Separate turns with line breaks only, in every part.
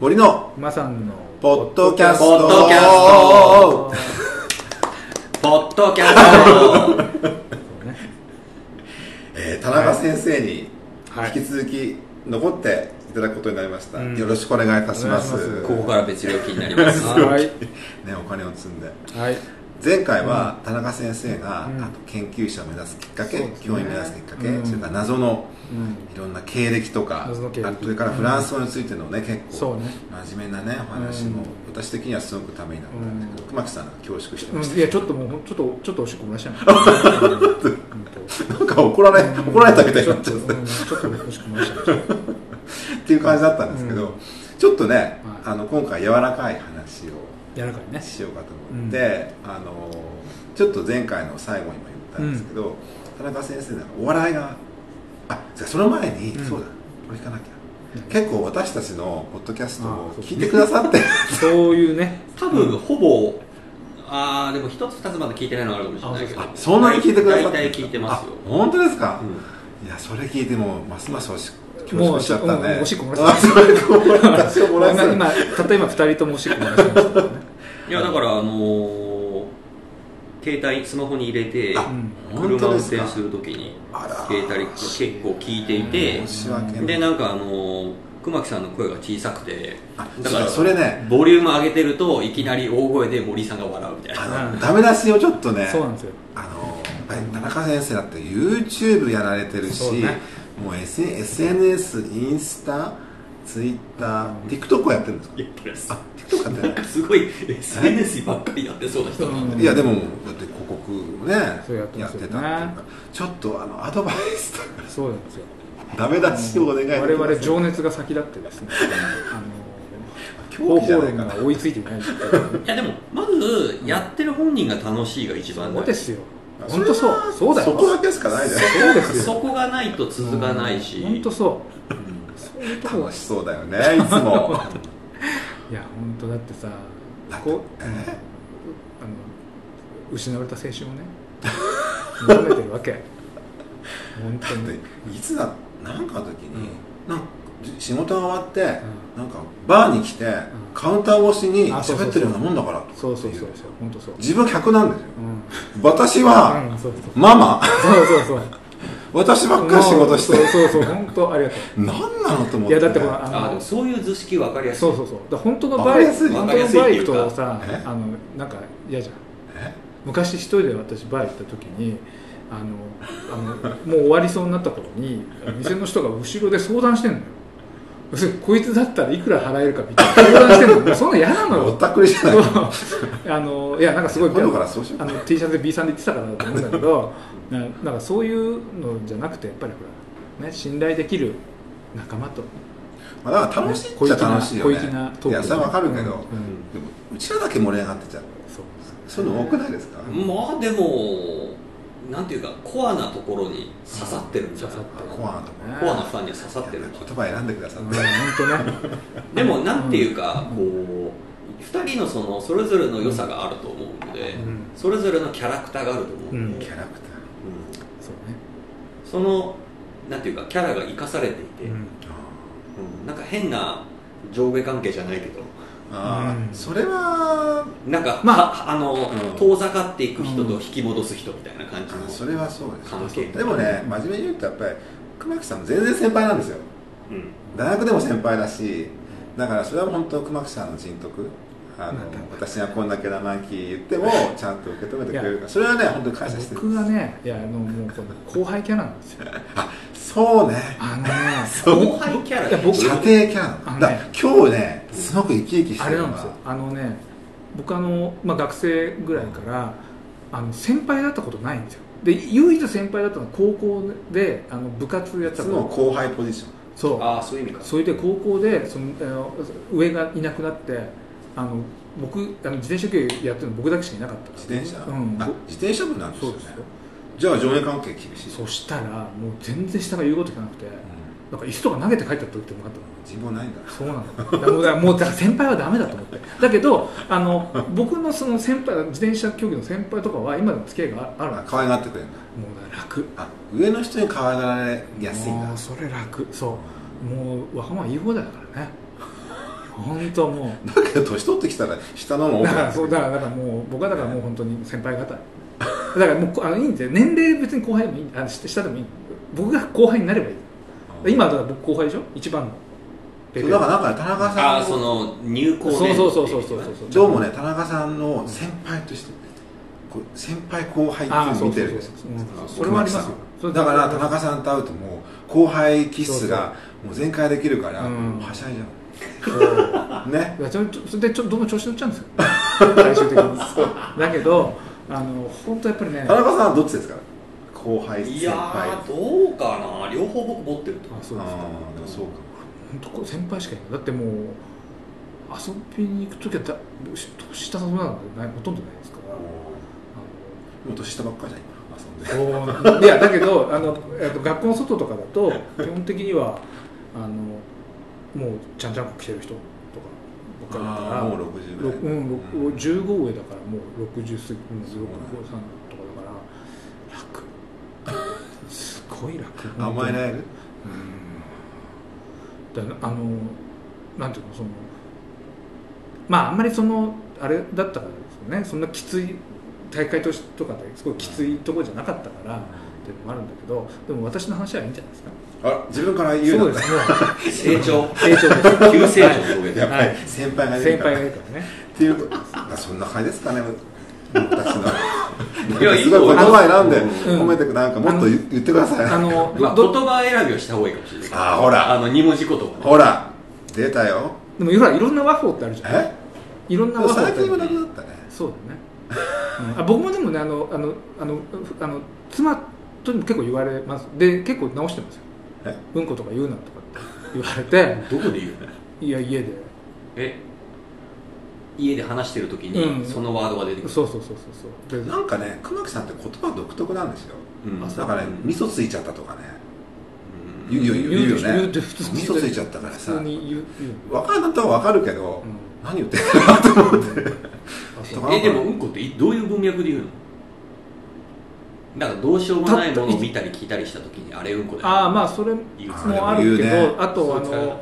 森の
馬さんの
ポッドキャスト
ポッドキャスポッドキャスト
えー田中先生に
はい
引き続き残っていただくことになりました、
うん
よろしくお願いいたします
お願いします
ここから別料金になります
はい
ね、お金を積んで
はい
前回は田中先生が、
うん
あと研究者を目指すきっかけ、
そうですね
教員を目指すきっかけ、
うん
それから謎の
うん
いろんな経歴とか
謎の経歴
あとそれからフランス語についてのね、結
そ
構
うね
真面目なねお話も、
うん
私的にはすごくためになったんだけど、熊木さんが恐縮して
う
まし
ん
た、
いやちょっともうほんちょっとちょっとおしっこ漏らしちゃった
なんか怒られ怒られたみたいになっち
ちょっと
ゃっ
うんちょっとおしっこ漏らしちゃった
たっていう感じだったんですけど、
うん
ちょっとね、
はい
あの今回柔らかい話を
柔らかいね
しようかと思って、あのちょっと前回の最後にも言ったんですけど、田中先生なんかお笑いがあじゃあその前に、
うん
そうだこれ聞かなきゃ結構私たちのポッドキャスト
あ
を
そう
聞いてくださ って
そういうね
多分ほぼああでも一つ二つまだ聞いてないのがあるかもしれないけど
あそんなに聞いてくださって
大体聞いてますよ
あ本当ですか、
うん
いやそれ聞いてもうますますおし恐
もう
縮しちゃった
う
ね
んおしっこ漏ら
あそれこぼれたし漏ら
今
す
今たった今2人ともおしっこ漏らしましたからね
いやだからあのー携帯スマホに入れて
あ
うん
本当
車運
です
転
か
するときに
あら
携帯結構聞いていて
申し訳ない
でなんかあのー熊木さんの声が小さくて
あ
だから
そうだそれね
ボリューム上げてるといきなり大声で森さんが笑うみたいな
あ
うん
のダメ出しをちょっとね
そうなんですよ
あのやっぱり田中先生だって YouTube やられてるし、
そうね
もう SN SNS インスタツイッター TikTok をやってるんですか
やってるやつ
あ TikTok やってない
すごい SNS ばっかりやってそうな人だ
うん
いやでもだって広告をね
そうやってま
やっ
す
てたってい
よね
うかちょっとあのアドバイスとか
そうなんですよ
ダメ出しをお願いできま
我
す
々情熱が先立ってですねあの
狂
方
気じゃ
法
ない
論
かな
が追いついていないっていう
いやでもまずやってる本人が楽しいが一
そ
番
う
大
で
事
すよ本当そうそうだよ
そこだけしかないじゃない
そうです
そ
よ
こがないと続かないし
本当そう
うん
そういうとこ
楽しそうだよねい つも
いや本当だってさ
だって
こう
え
あの失われた青春をね求めてるわけ本当
だ
に
っていつだなんかの時に、なんか仕事が終わって、
ん
なんかバーに来て、カウンター越しに
あそうそうそう
喋ってるようなもんだから
そうそうそう
ってい
そう本当そう
自分は客なんですよ
うん
私は、
うんそうそう
ママ
そうそうそう
私ばっかり仕事して
もうそうそうそう本当ありがと
何なのと思
う
っ
い
て
やだってほらあ
あで
の
もそういう図式分かりやすい
そうそうそうだから本当の
わ
バ
かり
イ
やす
ク
い
本当のバイクとさ
え
あのなんか嫌じゃん
え
昔一人で私バー行った時にあのあのもう終わりそうになった頃に店の人が後ろで相談してんのよ要するにこいつだったらいくら払えるかみたいな相談してんのもうそんな嫌なの
ぼっ
よ
たくりじゃない
あのいやなんかすごい
今度からそうしよう
あの T シャツで B さんで言ってたからだと思うんだけどななんかそういうのじゃなくてやっぱりほら、ね、信頼できる仲間と
まあ、だから楽しいっちゃ楽しいよね
小粋な小粋なトーク
いやそれはわかるけど、
うんうん
でもうちらだけ盛り上がってちゃう
そう
そういうの多くないですか、
まあでもなんていうかコアなところに刺さってるんじゃない
刺さってる
コアなとこ
ね
コアなファンには刺さってるんじゃ
言葉選んでくださっ
うん
て、
本当ね
ないでもなんていうか
う
こう2人のそのそれぞれの良さがあると思うので
うん
それぞれのキャラクターがあると思うの
うん
で
キャラクター
うん
そうね
そのなんていうかキャラが生かされていて、
うん
うんなんか変な上下関係じゃないけど
ああ、
うん
それは
なんか、
まあ
はあの、
うん
遠ざかっていく人と引き戻す人みたいな感じの、
あそれはそうです
関係
でもね真面目に言うとやっぱり熊木さんも全然先輩なんですよ
うん
大学でも先輩だしだからそれは本当熊木さんの人徳あの
また
私がこんだけ生意気言ってもちゃんと受け止めてくれる
い
からそれはね本当に感謝してる
僕がねいやあのもうこの後輩キャラなんですよ
そうね
あのね
後輩キャラ
いや僕
射程キャラなのだ
あのね
だ今日ねすごく生き生きして
あ
る
れ
の
な
が
んですよあのね僕あの、まあ、学生ぐらいからあの先輩だったことないんですよで唯一先輩だったのは高校であの部活や
い
ってた
つ
の
も後輩ポジション
そう
ああそういう意味か
それで高校でそのあの上がいなくなってあの僕あの自転車競技やってるの僕だけしかいなかったから
自転車、
うん
あ自転車部なんです
そ
よ
う
ね
ですよ
じゃあ上下関係厳しい
そしたらもう全然下が言うこと聞かなくて
うん
なんか椅子とか投げて帰った時ってもあったの
人望ないんだ
そうなのだからもうだからもうだから先輩はダメだと思ってだけどあの僕のその先輩自転車競技の先輩とかは今でも付き合いがあある
あ
わけ
可愛がってくれるんだ
もうだから楽
あ上の人に可愛がられやすいんだ
もうそれ楽そうもうわがまま言い放題だからね本当も
だけど年取ってきたら下の方
う
が多
だ
くな
か
っ
ら
て
そう
く
だ
る
からだからもう僕はだからもう本当に先輩方だからもうこあのいいんですよ年齢別に後輩でもいいあの下でもいい僕が後輩になればいい今だから僕後輩でしょ一番の
そ
ベ
う
テ
だ
ラン
からなんか田中
あ
さ
あそ
んを
の入校
そうそうそうそうそうそう
どうもね田中さんの先輩としてこう先輩後輩
ああ
っていうの
そ
を
う
見て
そう
るん
そう
ですよ
うんそれはありますよそれ
だから田中さんと会うともう後輩気質がもう全開できるから
うん
もうはしゃいじゃ
こうん
ね
いやちょちょそれでちょどんどん調子乗っちゃうんですよ 最終的にだけどあの本当やっぱりね
田中さんはどっちですか後輩
い
先
や
輩
ーどうかな両方僕持ってると
あそうですか
ああでもそうか
本当こう先輩しかいないだってもう遊びに行く時はだし年下のなんてないほとんどないですから
もう年下ばっかりじゃん今遊んで
あのこう いやだけどあのえっと学校の外とかだと基本的にはあのもうちゃんちゃんこ着てる人とかばっかりだから
あーもう60ぐ
ろ
らい
うん、
う
ろ
ん
く15上だからもう60過ぎうん
そうなんだ
653とかだから楽 すごい楽
甘えられる
うんだからあのなんていうのそのまああんまりそのあれだったからですよねそんなきつい大会としとかですごいきついところじゃなかったからっていうのもあるんだけどでも私の話はいいんじゃないですか
あら自分から言うよ
そうう
に
で
なっ
すね
成長
成長です
急成長の表現
たやっぱ
はい
り先輩がいる
先
から
輩がいるからね
っていうことあそんな感じですか ね私の
いやいい
すごい言葉選んで
うん
褒めてくなんかもっと言言ってください
あの
まあ言
ど
葉選びをした方がいいかもしれない
あほら
あの二文字言葉
ほら出たよ
でもいろいろんな和法ってあるじゃん
え
いろんな和法ってあ
最
るじゃ
近は
ん
なくなったね
そうだね、うんあ僕もでもねあのあのあのふあの妻とにも結構言われますで結構直してますよ
え
うんことか言うなとかって言われ て
どこで言うの
いや家で
え家で話してる時
う
に
ん
そのワードが出てくる
そうそうそうそうそうで
なんかね熊木さんって言葉独特なんですよ
うん
だからね味噌ついちゃったとかね
うん
言うよ言う言うよね味
言うでしょ言うで普通に
噌ついちゃったからさ
普通に言う言う
分かるなったら分かるけど
うん
何言ってんのかなと思って
あそう
とか
えでもうんこっていどういう文脈で言うのなんかどうしようもないものを見たり聞いたりした時にあれうんこだよ
ああまあそれも
言う
あ
あるけど
でも言うね
あとあ
そうだ
の
よ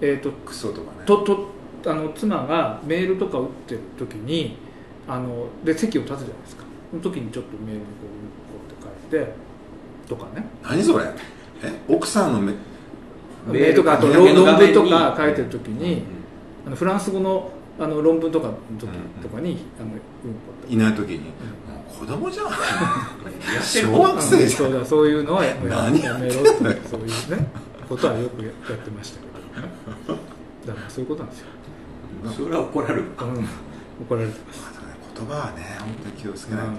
えっ、と
クソとかね
ととあの妻がメールとか打ってる時にあので席を立つじゃないですかその時にちょっとメールにこう「こう」って書いてとかね
何それえ奥さんのめ
メールとかあと
メール
論
の
論
画面
文
に
とか書いてる時
う
に、
ん
あのフランス語のあの論文とかの時
うん
とかに「あのうんこ」って
いない時にもう子供じゃん
やってる
小学生じゃ
うんんそうだそういうのはやめや
何
めろってそういうねことはよくやってましたけどねだからそういうことなんですよ、
それは怒られる
うん、怒られてます
まあね言葉はね本当に気をつけないとね、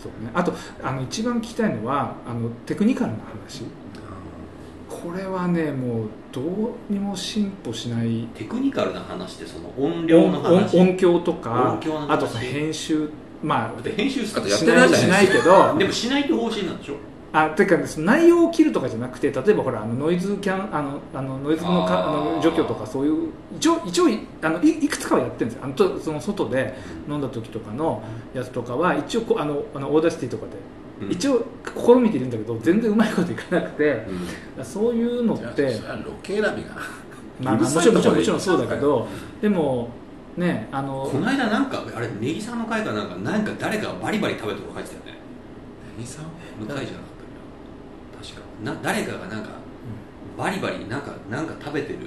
そうね、あとあの一番聞きたいのはあのテクニカルな話これはねもうどうにも進歩しない
テクニカルな話ってその音
音
量の話
音音響とか
音響の話
あとさ編集ま
だっ
あ
て編集する
あとやっ
してな
ない
い
じゃ
し
な
ないいけど
でもしないって方針なんでしょ
あていうかねその内容を切るとかじゃなくて例えばほらあのノイズキャンあのあのノイズのかあ
あー
の除去とかそういう一応一応いあのいいくつかはやってるんですよあのとその外で飲んだ時とかのやつとかは一応こうあのあのオーダーシティとかで、
うん
一応試みてるんだけど全然うまいこといかなくて
うん
そういうのっ
じゃあ
て
それはロケ選びが
まあ、
うる
も
さ
ち
い
ろん
とこで
もちろんも
いい
ちろんそうだけどでもねあの
この間なんかあれネギさんの回かなんかなんか誰かがバリバリ食べてるとこ入ってたよね
何さん
向井じゃなかったっけな確かな誰かがなんかバリバリなんかなんか食べてる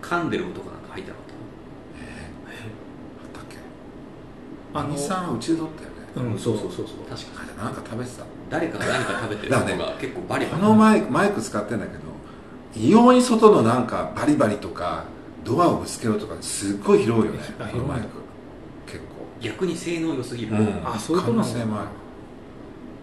噛んでる音がなんか入ってなかった
あったっけ
あの
何さんはうちで撮ったよね、
うんそうそうそうそう
確か
あれなんか食べてた
誰かが何か食べてるのが結構バリバ
こ
リ
のマイクマイク使ってんだけど異様に外のなんかバリバリとかドアをぶつけろとかすっごい広 いよね
あ
このマイク
広
結
逆に性能良すぎる、
うん
あそういうことなの
可能性もあ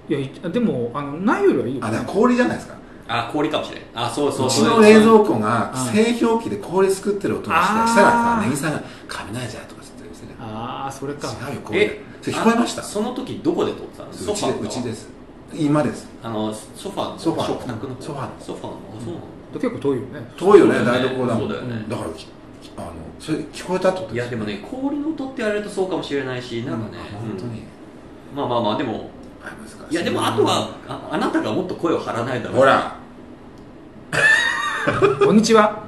いやいでもあのないよりはいい
構
よ
あだから氷じゃないですか
あ氷かもしれんあそうそう
うち
そう
の冷蔵庫が
うん
製氷機で氷作ってる音がし
あー
てしたらさネギさんが「雷じゃ」とかつって言ってね
ああそれか
違うよ氷だ
え
それ聞こえました
あその時どこで撮ってたのソ
う
フ
ち
ァ
で
ー
うちですす今です
あのソファーの
ソファー
食卓の
ソファーの
ソファーのあそうなの
結構遠いよね
遠いよね
そうだよ
台
ね
所だもん
そうだよね
だからきあのそれ聞こえたってこと
いやでもね氷の音って言われるとそうかもしれないしなんかね、
本当に
うんまあまあまあでも
あ難し
いやでもあとはああなたがもっと声を張らないだろう
ほら
こんにちは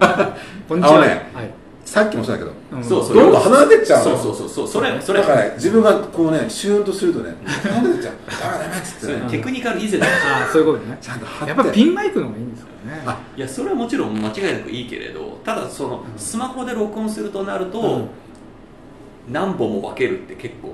こんにち
あ
は、
のね
はい、
さっきもそうだけど
ん
そうそう
どんどん離れてっちゃう
そう
の
そうそうそうそれそれ
だからね自分がこうねシューンとするとね離れてっちゃうダメダメっつ
そ
って
れ
ね
テクニカル以前だ
ああそういうことね
ちゃんと貼って
やっぱピンマイクの方がいいんですかね
あ
いやそれはもちろん間違いなくいいけれどただそのスマホで録音するとなると、
うん
何本も分けるって結構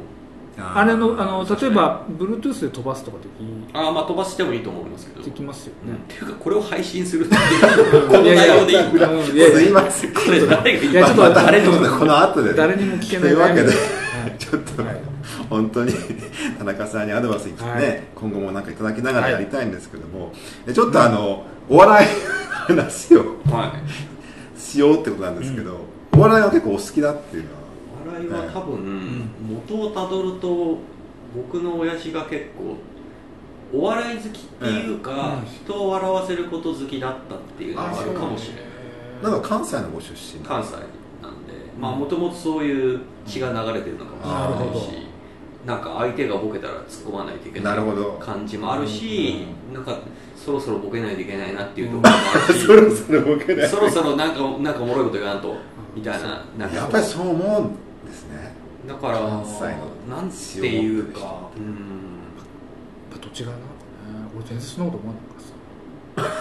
あれのあの
そう
例え
ですね
ば Bluetooth で飛ばすとかでき
あーまあ飛ばしてもいいと思いますけど、
できますよ
うんっ
ね
ていうかこれを配信するっていうこの
いや
内
いや
容でいいのか
うんいやいや
すいません
これ誰が
いやちょっと
また
誰にも
この後でね
誰にも聞けない
というわけで
はい
ちょっと、
はい
本当に田中さんにアドバイスいくね、
はい
今後もなんかいただきながらやりたいんですけども、でちょっとあの、お笑い話を
はい
しようってことなんですけど、お笑いは結構お好きだっていうのは
笑いは多分、元をたどると僕の親父が結構お笑い好きっていうか、
うん
人を笑わせること好きだったっていうのがあるかもしれない
なんか関西のご出身
関西なんでまあもともとそういう血が流れてるのかもしれないし
なる
なんか相手がボケたら突っ込まないといけ
な
な
いるほど
感じもあるし、なんかそろそろボケないといけないなっていうところもある し、
そろそろ僕ね
そろそろなんかなんかおもろいこと言わんとみたいななんか
やっぱりそう思うんですね
だから
関西の
なんていうかうん
やっぱ土地柄なのかね俺全然そんなこと思わな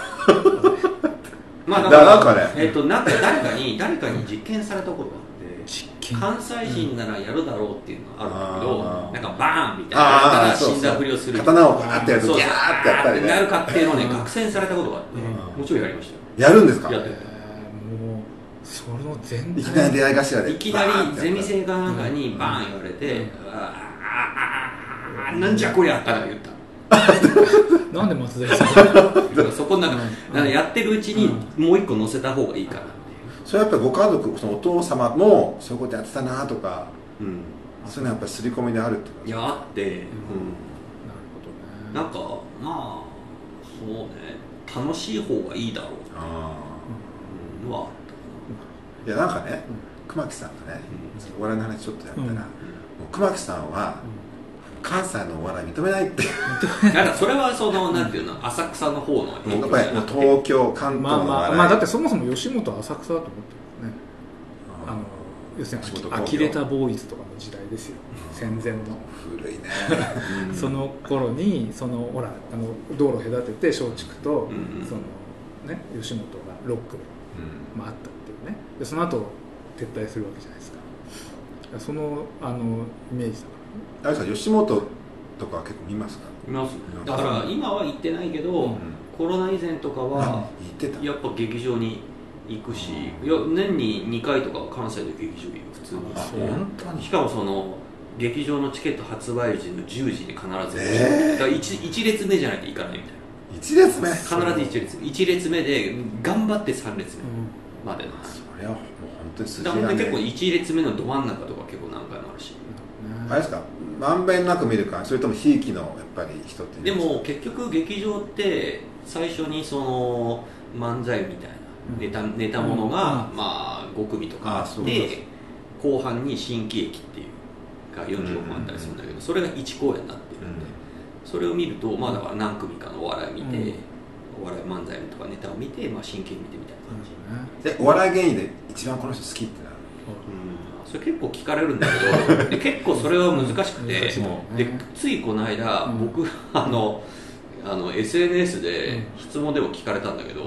まあ
だからなんかね
えっとなんか誰かに誰かに実験されたことがあって
いからさ
関西人ならやるだろうっていうのはある
うん
んだけど、なんかバーンみたいなやった
あ
ら
あそうそ
死
うん
だふりをする
刀をバーってやる
そ
と
う
ギャーってやったり
なる
ね
かっていうのをね
うん
学戦されたことがあって、
うん
もちろんやりましたよ
やるんですか
やっ
え
て
ーもうその全
いきなり
体
出会い頭で
いきなり
バーンって
ゼ
やった
ミ生かなんかにバーン言われて、ああああああなんじゃこりゃあったから言った
なんで松崎さんあ
だからそこなんか,、
うん
なんかやってるうちにもう一個載せた方がいいかなって
それはやっぱりご家族そのお父様もそういうことやってたなとか
いう、
そういうのはやっぱり刷り込みであるってこと
いやあって、
なるほどね
なんかまあそうね楽しい方がいいだろ
あ
うは、
ーいやなんかね、熊木さんがね、お笑いの話ちょっとやったら、
うん
もう熊木さんは関西のお笑い認めないっていう、
だからそれはそのなんていうの浅草の方の影
やっ
響
ぱ
じ
り
ゃ
も
な
う
くて
東京関
まあ
東のお
まあ
笑い、
まあだってそもそも吉本は浅草だと思ってるからね
あ
あの要するに
吉本興業
呆れたボーイズとかの時代ですよ戦前
ー
の
古いね
うん
その頃にそのほらあの道路隔てて松竹と
うんうん
そのね吉本がロックで
うん
まああったっていうねでその後撤退するわけじゃないですかだからそのあのイメージだか
大地さん吉本とかは結構見ますか、
いますだから今は行ってないけど、
うん
う
コロナ以前とか
ん、あ
は
言ってた
やっぱ劇場に行くしいや年に2回とかは関西で劇場に普通に
あ
そう
本当に
しかもその劇場のチケット発売時の10時に必ず、
えー
だから 1, 列目じゃないといかないみたいな
一列目
必ず1列目1列目で頑張って3列目までの話、
それはもう本当に筋
だ
が
から
ね
結構1列目のど真ん中とか結構何回もあるし
ら
あれですかまんべんなく見るかそれともひいきのやっぱり人ってい
で
るんすか
も結局劇場って最初にその漫才みたいな
うん
ネタ,、ネタものが、まあ5組とか
あ
あ
そ
っ
うそうそ
て後半に新喜劇っていうが46本あったりするんだけど、それが1公演になってるんで、それを見るとまあだから何組かのお笑い見て、
うん
お笑い漫才とかネタを見て、まあ、真剣に見てみたいな感じ、
うんでお笑い芸人で一番この人好きってなる
それ結構聞かれるんだけ どで結構それは難しくて、でついこの間、
うん
僕 あのあの SNS
う
で
ん
質問でも聞かれたんだけど、
うん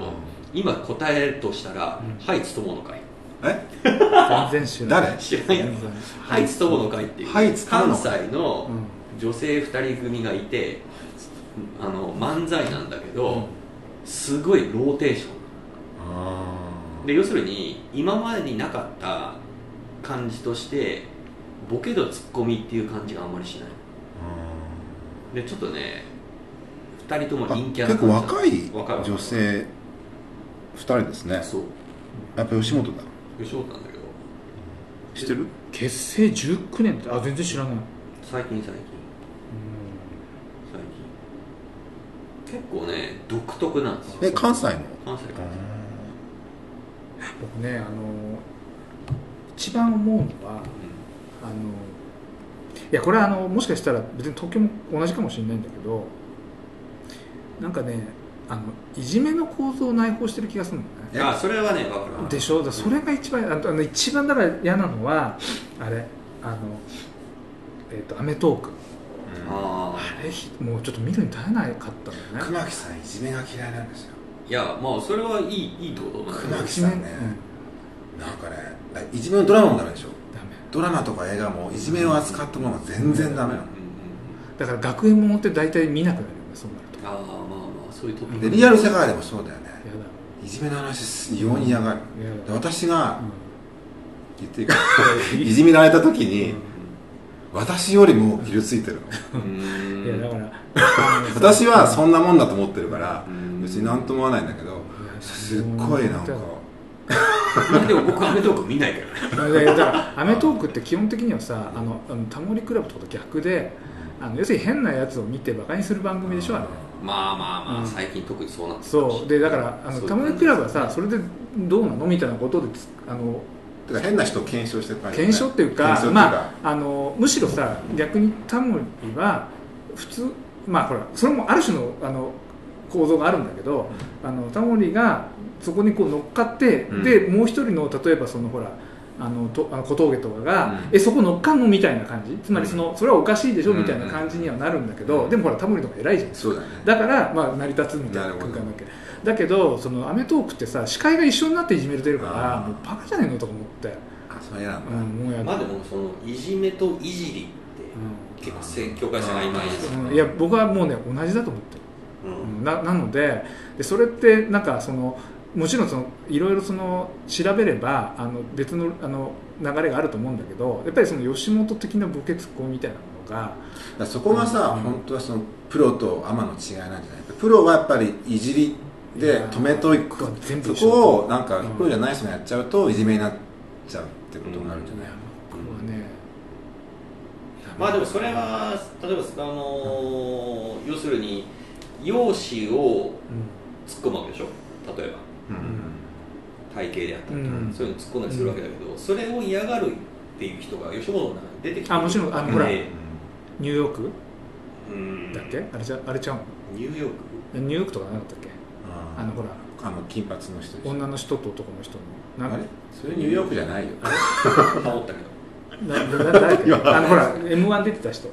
今答えるとしたら「
うん
はいつともの会
え
全然知らない
誰
知らんや
全
ろ
然」
はいつともの会」っていう、
はいつともの
関西の
うん
女性2人組がいてあの漫才なんだけど、
うん
すごいローテーシ
あ
ョンで要するに今までになかった感じとしてボケとツッコミっていう感じがあんまりしないでちょっとね2人とも陰キャな
結構
感じ
若い
若い若い
女性二人ですね
そう
やっぱ吉本だ
吉本なんだけど
知ってる
結成19年ってあ全然知らない
最近最近最近結構ね独特なんですよ
え関西の
関西か
僕ねあの一番思うのはあのいやこれはあのもしかしたら別に東京も同じかもしれないんだけどなんかねあのいじめの構造を内包してる気がするんだよね
え
あそれはね分かるわ
でしょだからそれが一番あとあの一番だから嫌なのはあれあのえっ、と『アメトーク』
うん
ああ
あれひもうちょっと見るに耐えなかったんだよね
熊木さんいじめが嫌いなんですよ
いやまあそれはいいいいってことなんだ
熊木さんねなんかねいじめのドラマもダメでしょ
うんダメ
ドラマとか映画もいじめを扱ったものは全然ダメなの
うんうんうん
だから学園ものって大体見なくなるよねそうなると
ああまあまあそういうトピック
でリアル世界でもそうだよね
や
いじめの話す異様に嫌がる
だや
で
だ、
私が言っていいか
うん
いじめられた時に私よりも傷ついてるの
うん
いやだから
私はそんなもんだと思ってるから
うん
別に何とも思わないんだけどすっごいなんか
まあ でも僕アメトーク見ないから
だ
ね
からだから『アメトーク』って基本的にはさあのあのタモリクラブとかと逆であの要するに変なやつを見てバカにする番組でしょあれ
まあまあま
う
あ
ん
最近特にそうなんです
そうでだからあの
そう
タモリクラブはさそれでどうなのみたいなことでつあの
てか変な人を検証してる感じだね
検証っていうか
検証っていう
まあ、あのむしろさ逆にタモリは普通まあほらそれもある種のあの構造があるんだけど、あのタモリがそこにこう乗っかって、
うん
でもう一人の例えばそのほらあのとあの小峠とかが、
うん
えそこ乗っかんのみたいな感じつまりその、それはおかしいでし
う
ょ
ん
みたいな感じにはなるんだけど、
うん
でもほらタモリの方が偉いじゃん
そうだね
だから、まあ、成り立つみたいな空間だけだけどその『アメトーク』ってさ司会が一緒になっていじめてるか
あ
ら
ー
もうバカじゃねえのとか思って、
あそれ嫌なん
う
だ
ん、もうやだ
まあでもそのいじめといじりって結構せ境界線がいまいです
うんいや僕はもうね同じだと思ってる、
う
う
ん
んななのででそれってなんかそのもちろんそのいろいろその調べればあの別のあの流れがあると思うんだけどやっぱりその吉本的なボケツッコミみたいなもの
だ
が
からそこがさ、
うん
本当はそのプロとアマの違いなんじゃないプロはやっぱりいじりで止めといく
全部
そ
一緒
こをなんか
うん
プロじゃない人がやっちゃうといじめになっちゃうってことになるんじゃない、
僕はね
まあでもそれは例えばあのー要するに容姿を突っ込むわけでしょ例えば体型であったりとか、
うん
そういうの突っ込んだりするわけだけど、それを嫌がるっていう人が吉本の中に出てきてる
あもちろんあの
で
ほら
うん
ニューヨーク
うん
だっけあれじゃあれちゃうの
ニューヨーク
ニューヨークとかなかったっけあのほら
あの金髪の人でしょ
女の人と男の人の
あ
な
れそれニューヨークじゃないよ
羽織ったけど
ななな誰だっけ
いや
あのほら m 1出てた人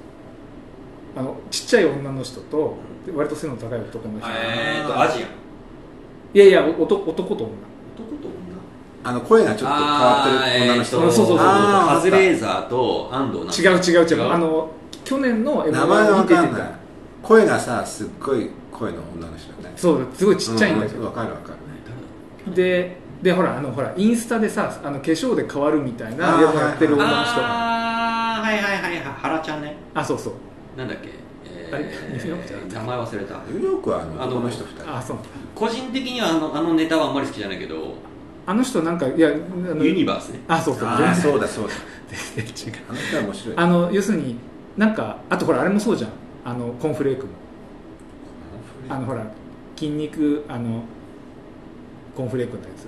あのちっちゃい女の人とで割と背の高い男の人、
えーっとアジアン
いやいやお男男と女
男と女
あの声がちょっと変わってる女の人
あーえーとそうそうそう
あー
カズレーザーと安藤な
違う違う違う
違う
あの去年の m
名前
1
わ
に出
か
て
んない
た
声がさすっごい声の女の人だね
そうすごいちっちゃいんだけ
う
ど、
わかるわかる
ででほらあのほらインスタでさあの化粧で変わるみたい
あ
な
ー
やつやってる女の人あ
ああはいはいはいはい原ちゃんね
そうそう
なんだっけ、え
あれニューヨークじゃなかった
名前忘れた
ニューヨークはあの
あの
男の人2人
あそう
個人的にはあのあのネタはあんまり好きじゃないけど
あの人なんかいやあの
ユニバースね
あそうそう
あーそうだそうだ
全然違う
あの人は面白い
あの要するになんかあとほらあれもそうじゃんあのコーンフレークもあのほら筋肉あのコーンフレークのやつ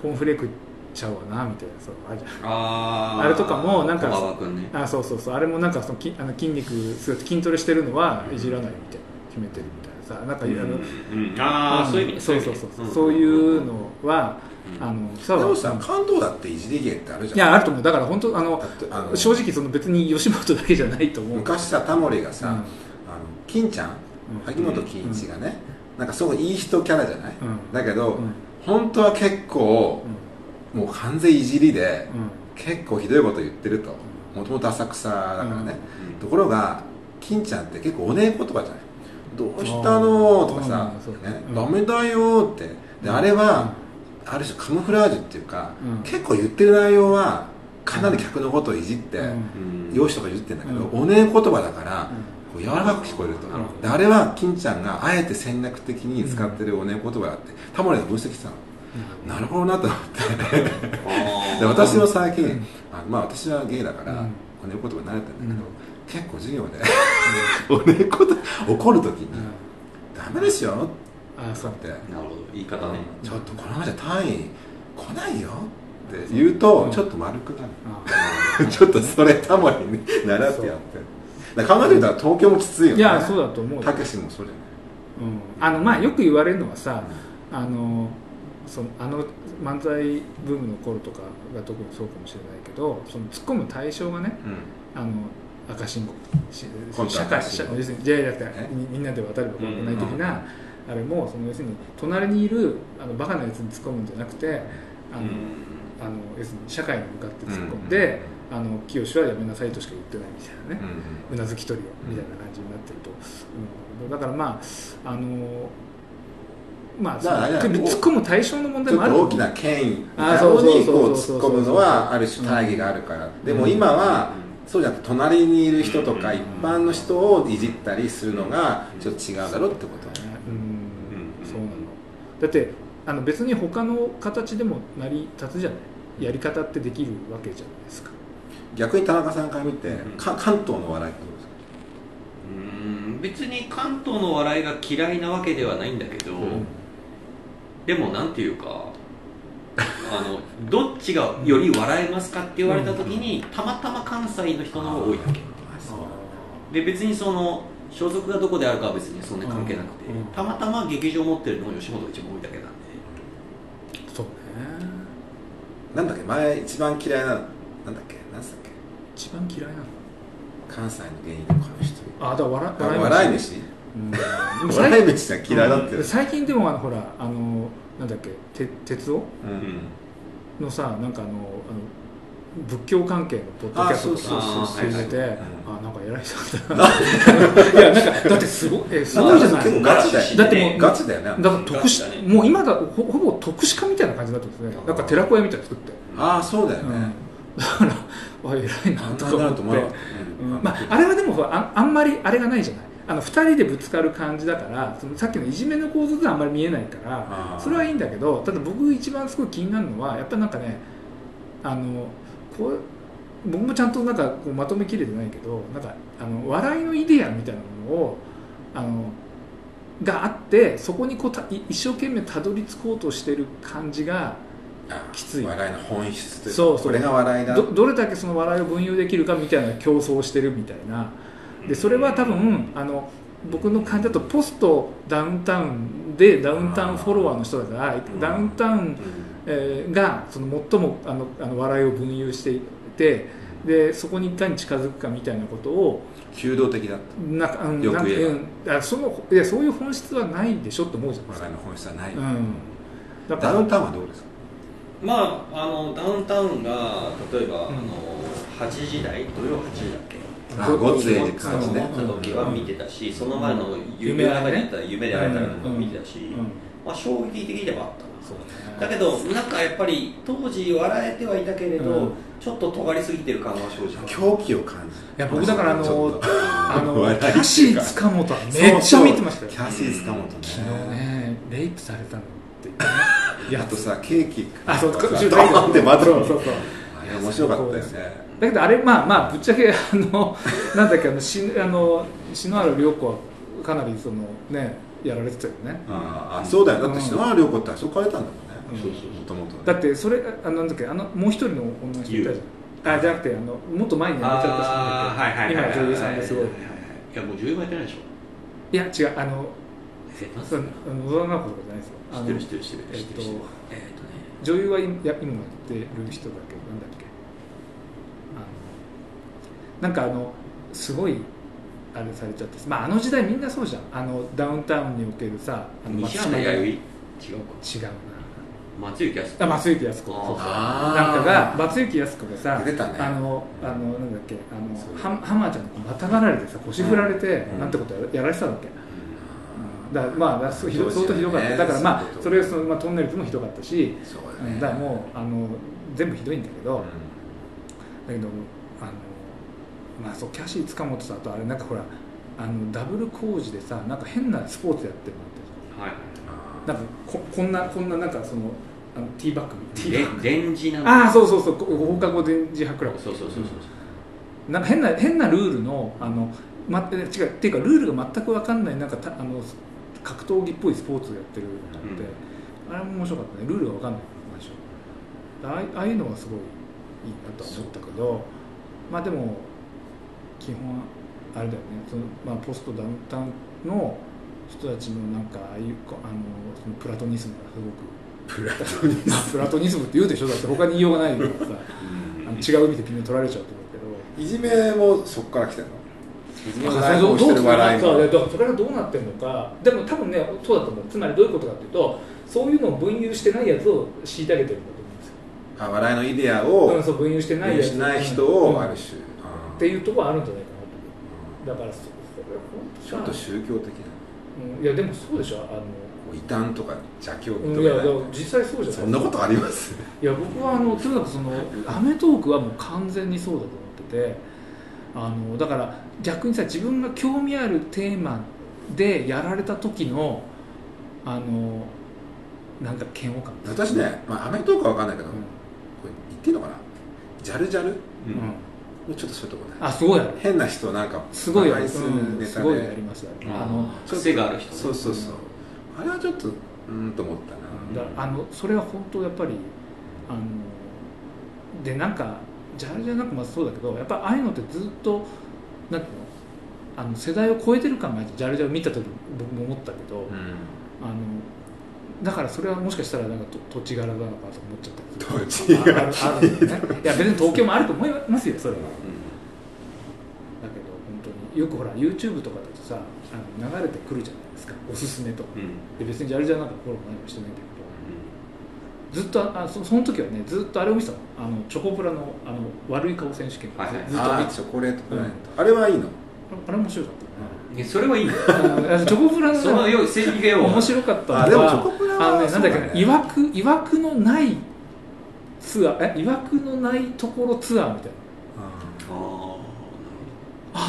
コーンフレークちゃうわなみたいなそうあるじ
あ
あれとかもなんか
駒場君ね
ゃんあそうそうそうあれもなんかそのきあの筋肉すごい筋トレしてるのはいじらないみたいな決めてるみたいなさなんか、
うん
あの
うんああそういう意味ね
そう
い意
そう
味
そうそう,、
ん
そういうのは、
うん
あの
で
さ
もさ関東だっていじり芸ってあるじゃん
いやあると思うだから本当あの
だってあの
正直その別に吉本だけじゃないと思う
昔さタモリがさ、
うん
あの金ちゃん
うん
萩本欽一がね、なんかすごいいい人キャラじゃない、
うん
だけど、
うん
本当は結構
う、ん
もう完全いじりで、
うん
結構ひどいこと言ってるともともと浅草だからね、
うん
ところが金ちゃんって結構おねえ言葉じゃないどうしたのとかさ
うんそう
「ね
うん
ダメだよ」ってであれは、ある種カムフラージュっていうか、
うん
結構言ってる内容はかなり客のことをいじって、
うん
うん
容姿とか言ってんだけど、
うん
おねえ言葉だから、こ
う
う柔らかく聞こえると
なるほど
であれは金ちゃんがあえて戦略的に使ってるおねえ言葉だってタモリが分析してたのなるほどなと思って
あー
で私も最近、
うん
あまあ私はゲイだから、
うん
おねえ言葉慣れてるんだけど、
うん
結構授業で おねえ言葉怒る時に、
うん
ダメですよ
あそう
って、
なるほど言い方ね
ちょっとこのままじゃ単位来ないよって言うと、
うん
ちょっと丸くなる
あ
ちょっとそれタモリに習ってやってるだから考えてみたら東京もきついよね
いやそうだと思うよ
たけしもそうじゃ
うん、あのまあよく言われるのはさあのそのあの漫才ブームの頃とかが特にそうかもしれないけどその突っ込む対象がねあの赤信号し
今度
社
赤
会
信
社
号
要するに J じゃなくて
え
みみんなで渡れば怖くない的
うん
なあれもその要するに隣にいるあのバカなやつに突っ込むんじゃなくてあの、あの要するに社会に向かって突っ込んで、あの清はやめなさいとしか言ってないみたいなね、うなずき取りをみたいな感じになってると思うんだけどだからまああのまあそ
だから
の
だから
突っ込む対象の問
ち
題
ょ
もあ
っと
ると
大
思
き
う
な権威みたいなのにこう突っ込むのはある種大義があるからでも今はそうじゃなくて隣にいる人とか一般の人をいじったりするのがちょっと違うだろうってことだね
うん、
うん
そうなのだってあの別に他の形でも成り立つじゃないやり方ってできるわけじゃないですか
逆に田中さんから見てか関東の笑いってどうですか
うん別に関東の笑いが嫌いなわけではないんだけど、
ん
でもなんていうかあの どっちがより笑えますかって言われた時に、たまたま関西の人の方が多いだけ
あそう
で別にその所属がどこであるかは別にそんなに関係なくて、
うん
たまたま劇場持ってるのが吉本が一番多いだけなんで
そうね
なんだっけ前一番嫌いななんだっけなんだっけ
一番嫌いなの
関西の芸人とかの人
あだから笑
あ
笑
笑
い
い
飯
飯
うんでも最
笑い飯じゃ嫌いだって
うん最近でもあのほらあのなんだっけて鉄夫
うんうん
のさなんかあのあの仏教関係のポッドキャストと
あ
か
そうそうそうそう
してて
はい
はい
あなんか偉い人だないやなんかだって すごいえ すごいじゃな
でも
い
ガチだよ
だってもう
ガチだよね
だから特殊、
だね
もう今だほほぼ特殊化みたいな感じになってますねなんか寺子屋みたいに作って、
ああそうだよ
う
ね
ん、だからあ偉い
あ
なんと
な
か
になると
思
思わなか
って
っ
うん
た
まあ、あれはでもほらああんまりあれがないじゃないあの2人でぶつかる感じだからそのさっきのいじめの構図があんまり見えないから
あー
それはいいんだけどただ僕一番すごい気になるのはやっぱなんかねあのこう僕もちゃんとなんかこうまとめきれてないけどなんかあの笑いのイデアみたいなものをあのがあってそこにこうたい一生懸命たどり着こうとしてる感じが
あー
きつい
笑いの本質というか
そうそう
これが笑いだ
どどれだけその笑いを分誘できるかみたいな競争をしてるみたいな。でそれは多分あの僕の感じだとポストダウンタウンでダウンタウンフォロワーの人だから
ん
ダウンタウン、えーがその最もあのあの笑いを分誘していてでそこにいかに近づくかみたいなことを
弓道的だっ
なんかうん
よく言えば
なんかうんあそのいやそういう本質はないでしょって思うじゃない
た
ですか
笑いの本質はない、
うんだか
ダ
ら
ウンタウンはどうですか
まああのダウンタウンが例えば、
うん
あの8時台土曜8時だっけ
あごっつええ
そ
感
う
じね
思った時は見てたし、その前の
夢
夢
あ
あ
れね
れだったら夢で会えたらとか見てたし、
うん
まあ、衝撃的ではあったな
そう
だけどなんかやっぱり当時笑えてはいたけれど、
うん
ちょっと尖りすぎてる感は正直
狂気を感じる
いや僕だからあ
ちょっ
の
と
あ の
笑い
キャシー塚本はめっちゃ見てましたよ
キャシー塚本ね
昨日ねレイプされたのって言って ね
あとさケーキ
あそう
ド
そう
ーンってまた
そうそうそう
あれ面白かったよね
だけどあれまあまあぶっちゃけあのなんだっけあのしあの篠原涼子はかなりそのねやられてたよね
ああそうだよだって篠原涼子ってあそこから出たんだもんね
そう
もともと
だってそれあなんだっけあのもう一人の女の人いたじゃんあじゃなくてあのもっと前に辞めちゃった人
ああはいはいはいはい
今女優さんですごい
はいはいはいいやもう女優もやってないでし
い
ょ
や違うあの
えなん
そ
す
う
か
あの野沢直子とかじゃないですよあ
知
の
ってる知ってる知っ
え
てる
っと
知ってる知ってるえーっとね
女優は今や今やってる人だけどなんだっけあのなんかあのすごいあれされちゃってまああの時代みんなそうじゃんあのダウンタウンにおけるさあの
西原
違
弥生違うか
うな
松雪康
あ松雪靖子
あー
そうそう
あー
なんかが松雪靖子がさ、
出たね
あのあのなんだっけあ
そう
のは浜ちゃんにまたがられてさ腰振られて、
うん
なんてことやらやられてたわけ、うん、だからまあだからそうひど
当時はね
相当ひどかっただからまあ
そういうこと
それその、まあ、トンネルズもひどかったし、
そう
う
だ
ん
ね
だからもうあの全部ひどいんだけど、
うん
だけどあの、まあ、そうキャシー塚本さんとあれなんかほらあのダブル工事でさなんか変なスポーツやってるのって
はい
なんかここんなこんななんかそのあのティーバッグ ティーバッグ
で電磁なん
ああ
う
そうそうそうこ放課後電磁博覧
そうそうそうそう
なんか変な変なルールのあの、ま、え違うっていうかルールが全く分かんないなんかたあの格闘技っぽいスポーツをやってるのがあって、あれも面白かったねルールが分かんない最初ああいああいうのはすごいいいなとは思ったけどまあでも基本あれだよねその、まあ、ポストダウンタウンの人たちのなんかああいうこあのそのプラトニズムがすごく
プラトニ
まあプラトニズムって言うでしょだって他に言いようがないからさあの違う意味で君に取られちゃうと思うけど
いじめもそこから来てんのいじめの
それ
内
ど
包
う
して
どうつ
る
なが
笑
っ
い
た
も
だからそれがどうなってるのかでも多分ねそうだと思うつまりどういうことかというとそういうのを分誘してないやつを虐げてるんだと思うんですよ
あ笑いのイデア
だから
を
そう分誘してない
許
や
し
つ
ない人を
うん
あ
っ
る種あー
ていうところはあるんじゃないかなと思うだからそそ
ち
れは
ょっ
本当
と
さ
宗教的な
うんいやでもそうでしょあの
異端とか邪教
うん
と
いやだ
か
から
ね
実際そうじゃない
そんなことあります
いや僕はあのとにかくその『アメトーーク』はもう完全にそうだと思っててあのだから逆にさ自分が興味あるテーマでやられた時のあのなんか嫌悪感
私ね、まあ、アメトークは分かんないけど、
うん
これ言っていいのかなジャルジャルも
うん
うん
うちょっとそういうとこない
あすごいある
変な人なんか
すごいある、
愛する
うん、
ネ
す
タ
ご
で、
いありますあ
あ
の
の癖がある人ね
そうそうそうあれはちょっとうーんと思ったな、
だからあのそれは本当やっぱりあのでなんかジャルジャルなんかもそうだけどやっぱああいうのってずっとなんていうのあの世代を超えてる感があってジャルジャル見た時僕も思ったけど、
う
あのだからそれはもしかしたらなんかと土地柄なのかなと思っちゃったり
ん、どっち
する
が、
ああるあるんだよねいや別に東京もあると思いますよそれはだけど本当によくほら YouTube とかだとさあの流れてくるじゃないですかおすすめとか
うんうん
で別にジャルジャルなんかフォローも何もしてないんだけどずっとあそその時はねずっとあれを見てたのあのチョコプラのあの悪い顔選手権とかず,、
はいはい
ずっと見
あ
て
チョコレートプラネット、あれはいいの
たあれ面白か
うんいやそれはいいの
ったよねあのチョコプラ
その
の、ね、
よ性癖がよ
面白かった
あで
の
もチ
は
ョコプラ
あの
は
ね、
そ
な
うんだ
だ
ね
っけ、いわく、いわくのないツアー、え、いわくのないところツアーみたいな。
うん
ああ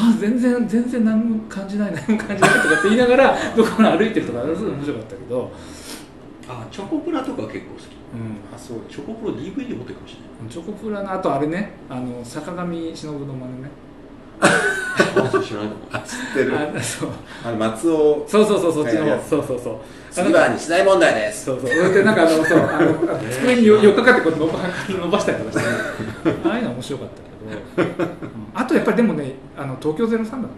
ああ、全然、全然何も感じない、何も感じないとかって言いながら、ど こか歩いてるとか、あれすごい面白かったけど、
あチョコプラとか結構好き
う
あそうでし
チョコプラ DVD 持ってるかもし
ん、チョコプラの、あとあれね、あの坂上忍の真似ね。
れないあそれ知らないと思う
ょ知ってる
あそう
あの松尾
そうそうそう、そっちの
いやい
方、
や
そうそうそう。
次は日大問題です
そうそう、それでなんかあの、そう、あの、机によよっかかってこう伸ば、伸ばしたりとかして、ああいうのは面白かったけど、うんあとやっぱりでもね、あの東京ゼロ三だね。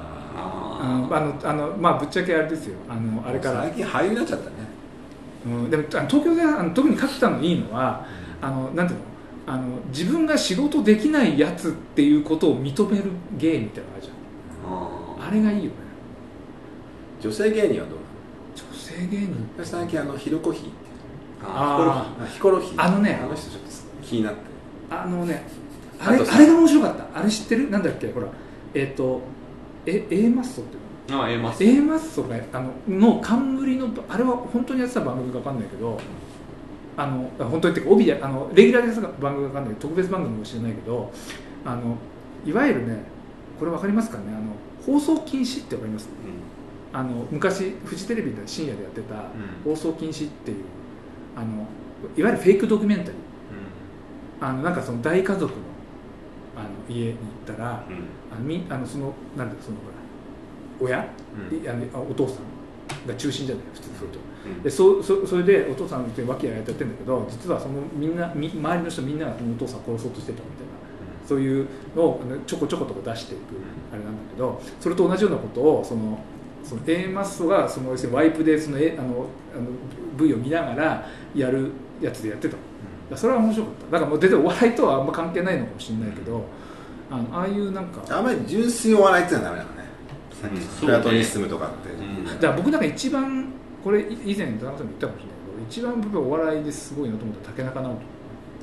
あ
あ
あ
のあのあのまあぶっちゃけあれですよあの
ー
あれから
最、近俳優になっちゃったね
うん、でもあの東京であの特に勝田のいいのはあのなんていうのあの自分が仕事できないやつっていうことを認める芸みたいなのあるじゃ
あ
んあれがいいよね
女性芸人はどうなの
女性芸人
私最近あのヒロコヒーって
あ
あヒコロヒー
あのね
あの人ちょっと気になって
あのねあれ
あとさ
あれが面白かったあれ知ってるなんだっけほらえっ、とえ A マッソっていうの
ああええます
A マッソがあのの冠のあれは本当にやってた番組か分かんないけどあの本当にっていうか帯であのレギュラーでやってた番組か分かんないけど特別番組かもしれないけどあのいわゆるねこれ分かりますかねあの放送禁止って分かります
う
あの昔フジテレビで深夜でやってた
ん
放送禁止っていうあのいわゆるフェイクドキュメンタリーあのなんかその大家族のあの家に行ったら
んうん
あのみあのそのなんだろうそのほら親
うん
いあのあお父さんが中心じゃない普通そうと
うん
でそそそれでお父さんってわけややってやってんだけど実はそのみんなみ周りの人みんながそのお父さんを殺そうとしてたみたいなそういうのをあのちょこちょこと出していくあれなんだけどそれと同じようなことをそのその A マッソがその要するにワイプでその A- あのあの V を見ながらやるやつでやってたのだからそれは面白かっただからもう全然お笑いとはあんま関係ないのかもしれないけどあのああいうなんか
あんまり純粋お笑いっていうのはダメなのねさっき
うん
プラトニスムとかって
うん
だから僕なんか一番これ以前田中さんも言ったかもしれないけど一番僕はお笑いですごいなと思った竹中直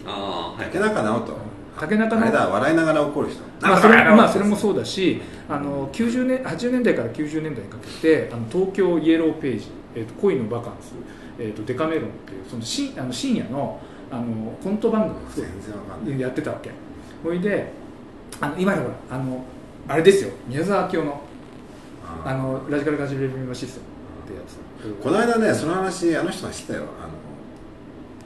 人
ああはい
竹中直人
竹中
あ
直
れ
人
だ笑いながら怒る人
まあそれ
なんか
まあ、それもそうだしあの90年80年代から90年代にかけてあの東京イエローページ「えーと恋のバカンス」えーと「デカメロン」っていうそのしあの深夜のあのコント番組を
全然わかんない
やってたわけほいであの今のほらあのあれですよ宮沢明夫のあ
あ
の「ラジカル・ガジュレビミマシステム」ってやつ
この間ねその話あの人がしてたよあの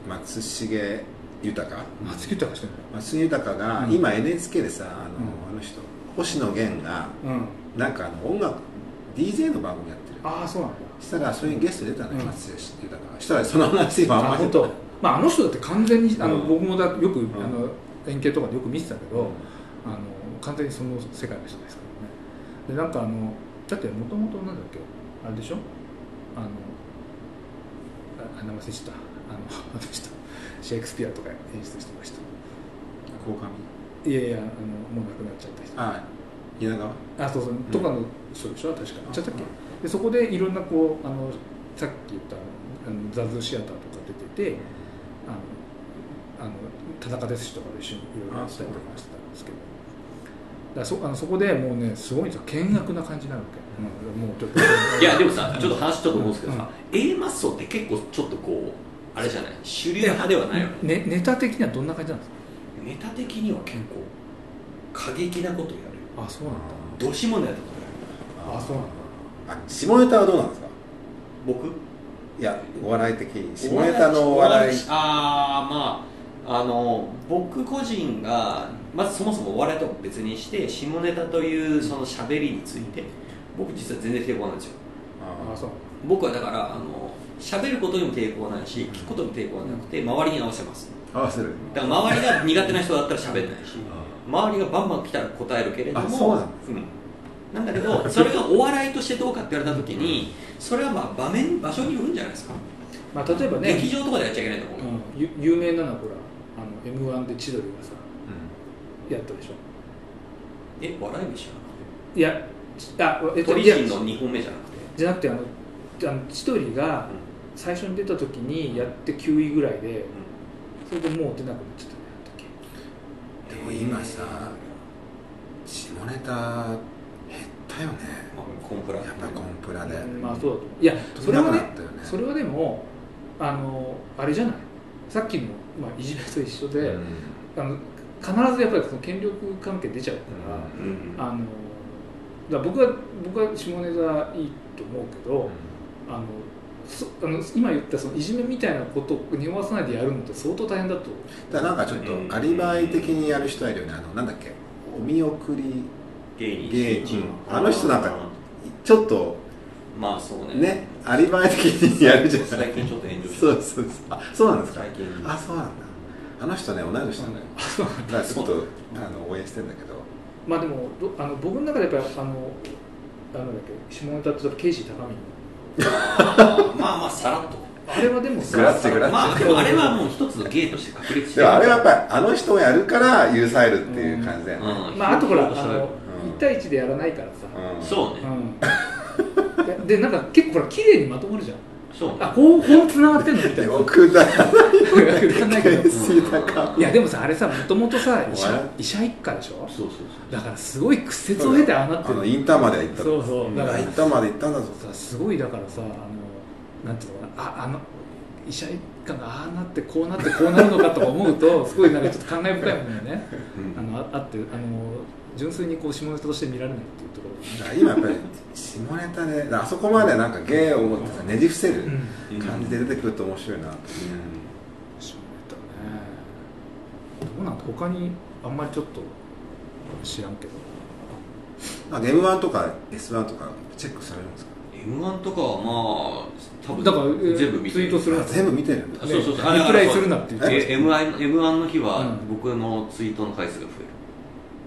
松重豊
松木豊してんだよ
松重豊が、
うん
今 NHK でさあの,、
う
あの人星野源が
うん
なんかあの音楽 DJ の番組やってる
ああそうなんだ
したらそういうゲスト出たのよ、
うん
松重豊がしたらその話今あんま
あ
り
本当。まああの人だって完全にあの、
うん
僕もだよく、
ん
あの円形とかでよく見てたけど、あの完全にその世界の人ですからねでなんかあのだってもともとなんだっけあれでしょあのあ名前忘れちゃったあの あの人シェイクスピアとか演出してました
鴻上
いやいやあのもう亡くなっちゃった人
あ稲川
あそうそう、
ん
とかの人でしょ確かちゃったっけでそこでいろんなこうあのさっき言ったあのザズシアターとか出ててあのあの田中哲司とかと一緒にいろいろやったりとかしてたんですけどだからそあのそこでもうねすごいんですよ険悪な感じになるわけ、うん、もうちょっと
いやでもさちょっと話ちょっと思うんですけどさ、A マッソって結構ちょっとこうあれじゃない主流派ではないよね
ねネタ的にはどんな感じなんですか
ネタ的には結構過激なことやるよ
あそうなんだ
どしもないとこやる
あそうなんだ
あ下ネタはどうなんですか
僕
いやお笑い的に下ネタのお笑い
ああまああの僕個人がまずそもそもお笑いとは別にして下ネタというその喋りについて僕実は全然抵抗ないんですよ
あそう
僕はだからあの喋ることにも抵抗はないし聞くことにも抵抗はなくて周りに合わせます
合わせる
だから周りが苦手な人だったら喋んないし周りがバンバン来たら答えるけれども
あそうなん
うんなんだけどそれがお笑いとしてどうかって言われた時にそれはまあ場面場所によるんじゃないですか、
まあ例えばね
劇場とかでやっちゃいけないと思う、
うんゆ有名なのはほらあの m 1で千鳥がさやったでしょ
え笑い飯じ
いやちあえっ
ゃ
と
ん
いや
鳥人の2本目じゃなくて
じゃなくてあのあの千鳥が最初に出た時にやって9位ぐらいでそれでもう出なくなっちゃったんだっけ
でも今さ下ネタ減ったよね
まあコンプラ
やっぱコンプラで
まあそうだといやそれは
な
ね
くなったよね
それはでもあのあれじゃないさっきの、まあ、いじめと一緒で、
うん
あの必ずやっぱりその権力関係出ちゃうから、
うん
うん
あのだから僕は僕は下ネタいいと思うけど、あのそあの今言ったそのいじめみたいなことを匂わさないでやるのって相当大変だと
だからなんかちょっとアリバイ的にやる人いるよねあのなんだっけお見送り
芸人
芸人
うん
あの人なんかちょっと
まあそうね
ねアリバイ的にやるじゃない
最近ちょっと炎上して
そ
る
うそうそうあそうなんですか
最近
あそうなんだあの人ね同い年なんだよだからちょっとあの応援してんだけど
まあでもどあの僕の中でやっぱりあのあのなんだっけ下ネタって言ったらケイシー高見
あーまあまあさらっと
あれはでもさ
グラッチェグラッチェ
まあでもあれはもう一つの芸として確立して
で
る
もあれはやっぱりあの人をやるから許されるっていう感じだよね、
うん
まああとほらあ
広々とした
の、
うん
1対1でやらないからさ、
うん
そうね
うんででなんか結構ほら綺麗にまとまるじゃん
そうね
あこうこうつながってんのみたい な
よくだ
わかんないけど
すぎたか
いやでもさあれさもともとさ医
お
者
笑
医者一家でしょ
そうそう
だからすごい屈折を経てああなって
あ
る
のインターまでは行った
そうそうだから
インターまで行ったんだぞ
さすごいだからさあのなんていうのかなああの医者一家がああなってこうなってこうなるのかとか思うと すごいなんかちょっと感慨深いもんねあのああってあの純粋にこう下ネタとして見られないっていうところ
だから今やっぱり下ネタでだからあそこまでなんか芸を持ってさねじ伏せる
がね、
そう
感じで出てくると面白いなと
下ネタねどうなんだ他にあんまりちょっと知らんけど
なんか M1 とか S1 とかチェックされるんですか
M1 とかはまあ多分
だからえー
全部見て
ツイートする
あ全部見てるんだ
あそうそうそ
ね
うあれ
リプライするなって言って
え M1, M1 の日は
うん
僕のツイートの回数が増える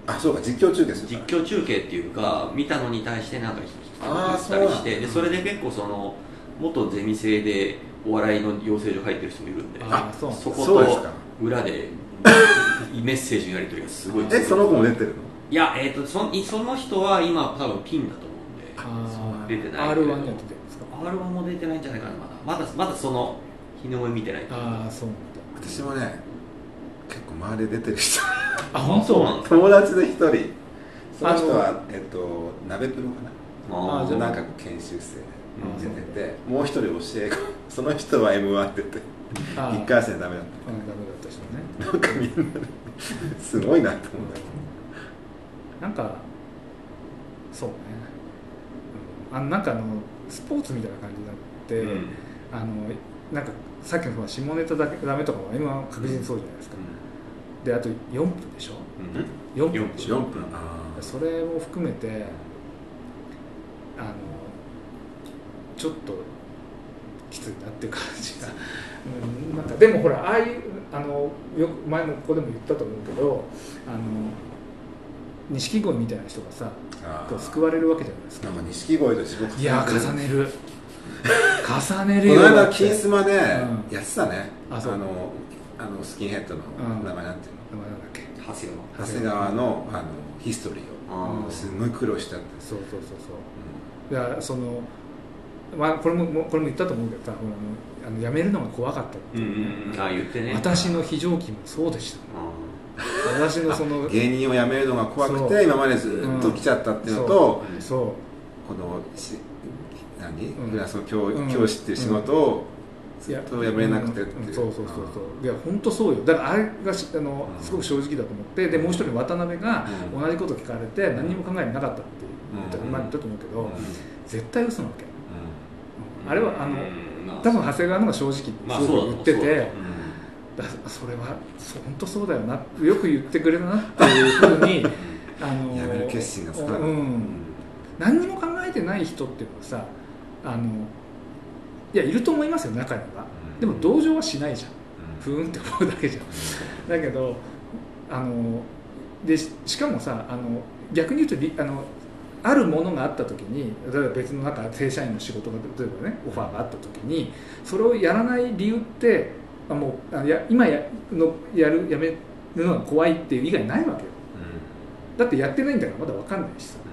あそうか実況中継する
実
から
況中継っていうか見たのに対してなんか
あー
聞きたりし
そうな
て
ん
で
だ
それで結構その元ゼミ生でお笑いの養成所入ってる人もいるんで
あそう
そこ
そうです
と
か
裏でメッセージのやり取りがすごい
えその子も出てるの
いやえっ、とそその人は今多分ピンだと思うんで
あ
出
ー
てない
R1
けど
には出てるんですか
R1 も出てないんじゃないかなまだまだまだその日の目見てない
ああそうなんだ
私もね結構周りで出てる人
あ
そうなんです か
友達で一人その人はえっと鍋プロかな
あじゃあ
なんかこう研修生
うん
出ててもう一人教え子その人は m 1出て
あー
一回戦ダメだっ
うんダメだった人ね
たなんかみんなですごいなと思うんだけ
なんかそうね、うんあなんかあのスポーツみたいな感じになって、
うん
あのなんかさっきのその下ネタだけダメとかも m 1確実にそうじゃないですか、であと4分でしょ
うん
4分でし
ど
ょ
4分ああ
それも含めてあのちょっときついなっていう感じが、うん、なんかでもほらああいうあのよく前もここでも言ったと思うけどあの錦鯉みたいな人がさ
あ
こう
あ
救われるわけじゃないですか
なんか錦鯉と自分
いやー重ねる重ねる
こ
よ
の
だ
間
って
金スマで
うん
やってたね、
あ
あ
そう
のあのスキンヘッドの
うん
名前なんていうの、
名前なんだっけ
長谷川
長谷川のあのヒストリー
あ
を
ー
すごい苦労したんです、
そうそうそうそうだからそのまあこれももうこれも言ったと思うけどさほらあのあの辞めるのが怖かったって
うんうんうんあ言ってね
私
あ
の非常勤もそうでした
ー
私のそ
うん
の
芸人を辞めるのが怖く
そう
て今までずっと来ちゃったっていうのと、
そ
このし何、
うん
フランスの教,、
うん
教師っていう仕事を
うい
ず
や
っと辞めれなくてっていう、
んそうそうそうそういや本当そうよだからあれがしあの
うん
すごく正直だと思ってでもう一人渡辺が
うん
同じこと聞かれて何にも考えてなかったって言った
うん
今言ったと思うけ
うん
ど
うん
絶対嘘なわけ
うん
あれはあの
うんまあ
多分長谷川の方が正直す
まあ
ご
そうだ
く
と
言っ
思
て
うそうだ
て
と思う
だそれはそう本当そうだよなよく言ってくれたなっていうふうにあの
辞める決心がつかないううん
ん、何にも考えてない人っていうのはさあのいやいると思いますよ中にはでも同情はしないじゃんふーんって思うだけじゃんだけどあのでししかもさあの逆に言うとりあのあるものがあった時に例えば別の中正社員の仕事が例えばねオファーがあった時にそれをやらない理由ってあもうあや今やのやるやめるのが怖いっていう以外ないわけよだってやってないんだからまだわかんないしさ
うん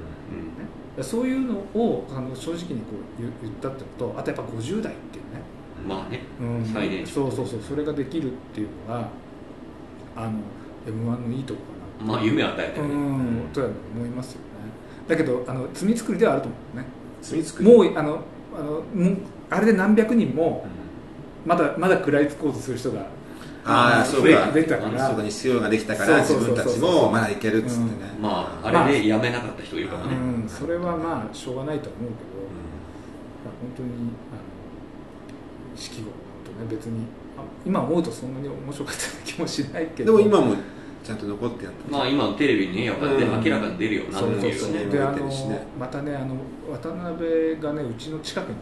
そういうのをあの正直にこう言言ったってのとあとやっぱ50代っていうね
うんまあね
うん
最年
そ
長
うそうそうそれができるっていうのがあの m 1のいいとこかな
まあ夢与えて
う
る
んとは思いますよねだけどあの罪作りではあると思うね
住みつく
もうあのあのもうあれで何百人もまだまだ食らいつこうとする人が
ああ
の
そうか
増えてたから
そこに必要ができたから
そ
自
うそ
分
うそうそう
たちもまだいけるっつってね、
う
まあ
れ
あれでやめなかった人いるから
う
ね
んそれはまあしょうがないとは思うけど、本当にあの式後本当ね別にあ今思うとそんなに面白かった気もしないけ
うん
ど
でも今もちゃんと残ってやって
まあ今テレビにねやっぱりね
うん
明らかに出るようになっ
そ
て
う
何
そうそう
るよ
も
で
ね
言
あ
うてるしね
のまたねあの渡辺がねうちの近くにね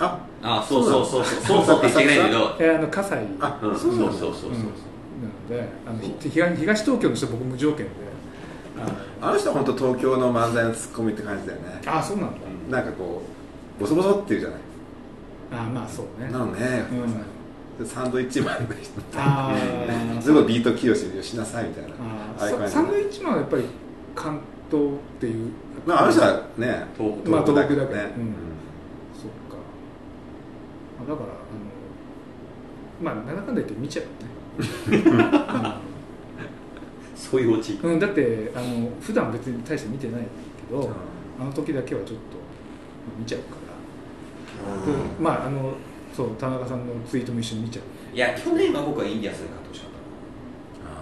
あ
あそうそうそうそうそうそうって言っちゃいけないけど
えあの葛西な
あ
うん
そ
そうう
な
そ
んだ
うそうそう
のであの
そう
ひ東東東京の人僕無条件であ
あの人は本当東京の漫才のツッコミって感じだよね
あそうなんだ
なんかこうボソボソっていうじゃない
あまあそうね
なのね、
うん
サンドイッチマンの人
あ ー
すごいビートきよしをしなさいみたいな
あ
ああいう感
ー
じ
サンドイッチマンはやっぱり関東っていう
まああの人はね
東北
まあ
東北
東北だけどうんそっかあだからあのまあなんだかんだ言って見ちゃう ね、
そういうオチ
うん、だってあの普段別に大して見てないけど、あの時だけはちょっと見ちゃうから、うんまああのそう田中さんのツイートも一緒に見ちゃう
いや去年は僕はインディアンスで買ってほしかった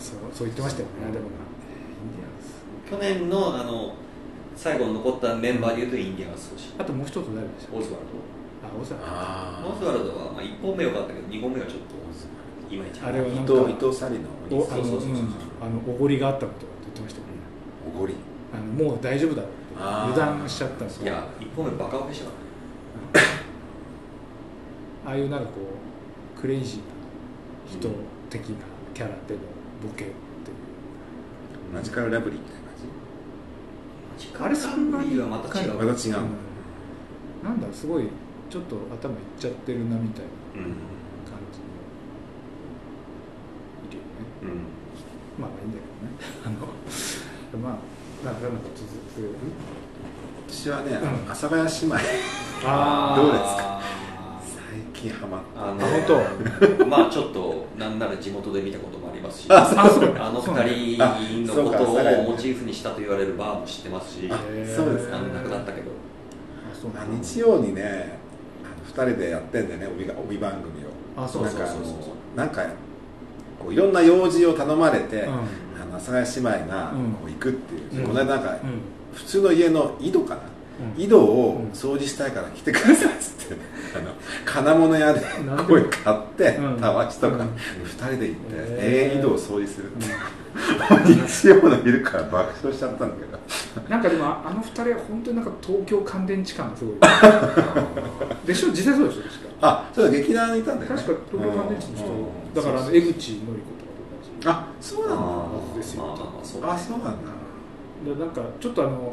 そうそう言ってましたよねでもなインディアンス
な去年のあの最後に残ったメンバーでいうとインディアンス欲しい
あともう一つ誰でした
オズワル
あオズワルド
あ
ドオズワルドはまあ1本目良かったけど2本目はちょっといまいち
あれはなんか
伊藤伊藤サリのお
お
兄さん
あの
そううそうそ
あ
うん
のおごりがあったことだって言ってましたよね
おごり
あのもう大丈夫だろう
あ
って
ー
油断しちゃったんですよ
いや1本目バカオケしたか
ああいうなんかこうクレイジーな人的なキャラでのボケっていう、
マジカルラブリーみたいな感じ
ら
あれそんなに
はまた違う
また違う、
なんだろうすごいちょっと頭いっちゃってるなみたい
うん
な感じのいるよね
うん
まあまあいいんだけどね あのまあなんかなんか続く
私はね、あ
う
の
ん
阿佐ヶ谷姉妹
あ
ーどうです
か
最近ハマった
あ
あ本
当まあちょっとなんなら地元で見たこともありますし
あそう
あの二人のことをモチーフにしたと言われるバーも知ってますし
あ
あ
そうです
の亡くなったけど
あそう
ま
な
あ
んだ
日曜にねあの2人でやってんだよね帯が帯番組を
あそう
なんかあ
そう
の
そうそうそ
なんかこういろんな用事を頼まれて、
うん
あの阿佐ヶ谷姉妹が
うん
こう行くっていう、
うん
この間なんか、
うん
普通の家の井戸かな、
うん
井戸を掃除したいから来てくださいっつって、 あの金物屋で
なんで
声買って
うん
たわしとか、
う
二
ん
人で行って、
へ
永
ー
遠井戸を掃除するって、 日曜の昼から爆笑しちゃったんだけど
なんかでもああの二人は本当になんか東京乾電池感がすごいでしょ実際そうでしょ確か
あそうだ劇団にいたんだよね
確か東京乾電池
う
の
ん
人だからあの江口のり子とかと同じだか
あそうなんだ
あ
ーですよ
まあまあまあそう
あそうなんだ
らなんかちょっとあのあの